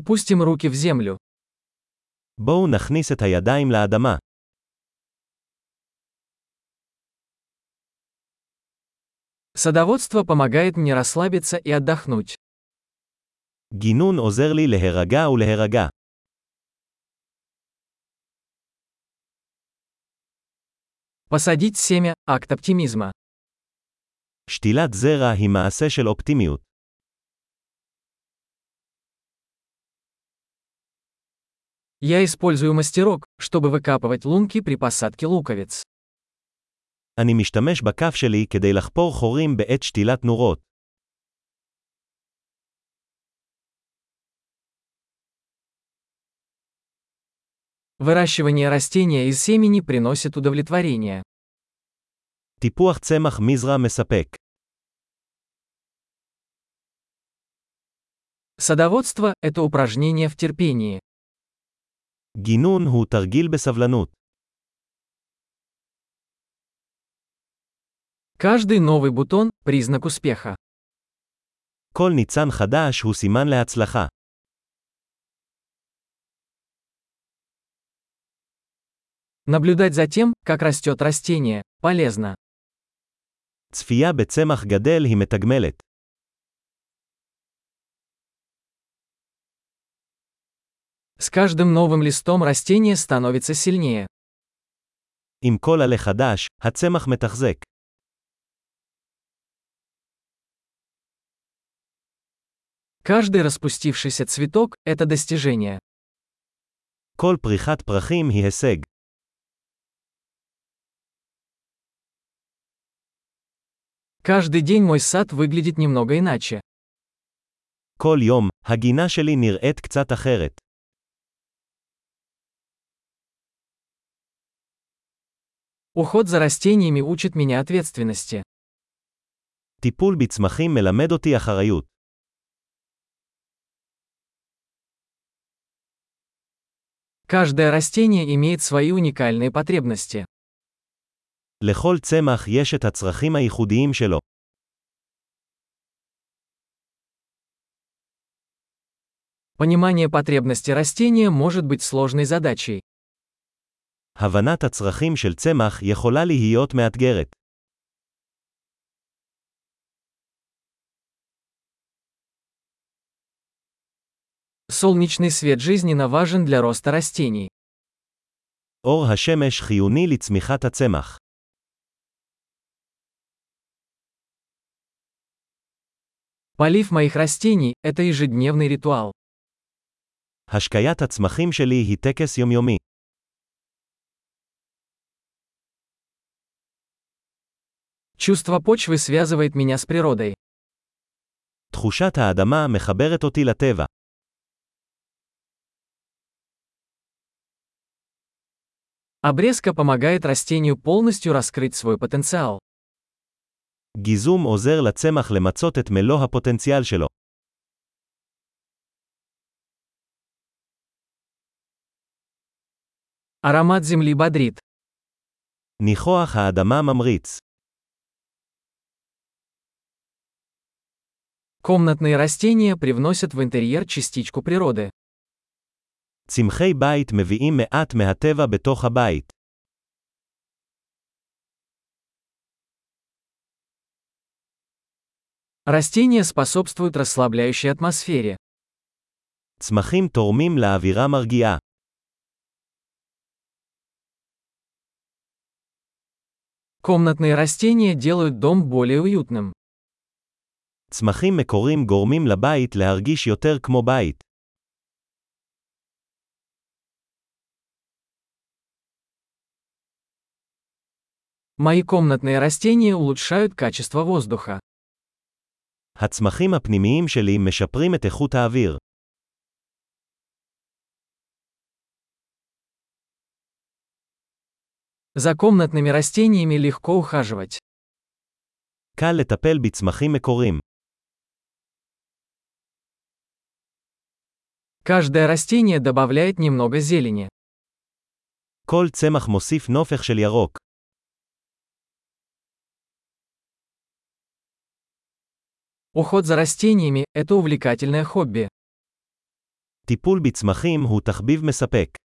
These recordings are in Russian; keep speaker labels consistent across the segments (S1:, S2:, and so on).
S1: Опустим руки в землю.
S2: בואו נכניס את הידיים לאדמה.
S1: Садоводство помогает мне расслабиться и отдохнуть.
S2: גינון עוזר לי להירגע ולהירגע.
S1: Посадить семя – акт оптимизма.
S2: שתילת זרע היא מעשה של אופטימיות.
S1: Я использую мастерок, чтобы выкапывать лунки при посадке луковиц.
S2: אני משתמש בכף שלי כדי לחפור חורים בעת שתילת נורות.
S1: Выращивание растения из семени приносит удовлетворение.
S2: טיפוח צמח מזרע מספק.
S1: Садоводство – это упражнение в терпении.
S2: גינון הוא תרגיל בסבלנות.
S1: Каждый новый бутон – признак успеха.
S2: כל ניצן חדש הוא סימן להצלחה.
S1: Наблюдать за тем, как растет растение, полезно.
S2: צפייה בצמח גדל היא מתגמלת.
S1: С каждым новым листом растение становится сильнее.
S2: עם כל עלה חדש, הצמח מתחזק.
S1: Каждый распустившийся цветок – это достижение.
S2: כל פריחת פרחים היא הישג.
S1: Каждый день мой сад выглядит немного иначе.
S2: כל יום, הגינה שלי נראית קצת אחרת.
S1: Уход за растениями учит меня ответственности.
S2: טיפול בצמחים מלמד אותי אחריות.
S1: Каждое растение имеет свои уникальные потребности.
S2: לכל צמח יש את הצרכים הייחודיים שלו.
S1: Понимание потребностей растения может быть сложной задачей.
S2: הבנת הצרכים של צמח יכולה להיות מאתגרת.
S1: Солнечный свет жизненно важен для роста растений.
S2: אור השמש חיוני לצמיחת הצמח.
S1: Полив моих растений – это ежедневный ритуал.
S2: השקיית הצמחים שלי היא טקס יומיומי.
S1: Чувство почвы связывает меня с природой.
S2: תחושת האדמה מחברת אותי לטבע.
S1: Обрезка помогает растению полностью раскрыть свой потенциал.
S2: גיזום עוזר לצמח למצות את מלוא הפוטנציאל שלו.
S1: Аромат земли бодрит.
S2: ניחוח האדמה ממריץ.
S1: Комнатные растения привносят в интерьер частичку природы.
S2: צמחי בית מביאים מעט מהטבע בתוך הבית.
S1: Растения способствуют расслабляющей атмосфере.
S2: צמחים תורמים לאווירה מרגיעה.
S1: Комнатные растения делают дом более уютным.
S2: צמחים מקורים גורמים לבית להרגיש יותר כמו בית.
S1: Мои комнатные растения улучшают качество воздуха.
S2: הצמחים הפנימיים שלי משפרים את איכות האוויר.
S1: За комнатными растениями легко ухаживать.
S2: קל לטפל בצמחים מקורים.
S1: Каждое растение добавляет немного зелени.
S2: כל צמח מוסיף נופך של ירוק.
S1: Уход за растениями – это увлекательное хобби.
S2: טיפול בצמחים הוא תחביב מספק.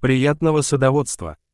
S3: Приятного садоводства!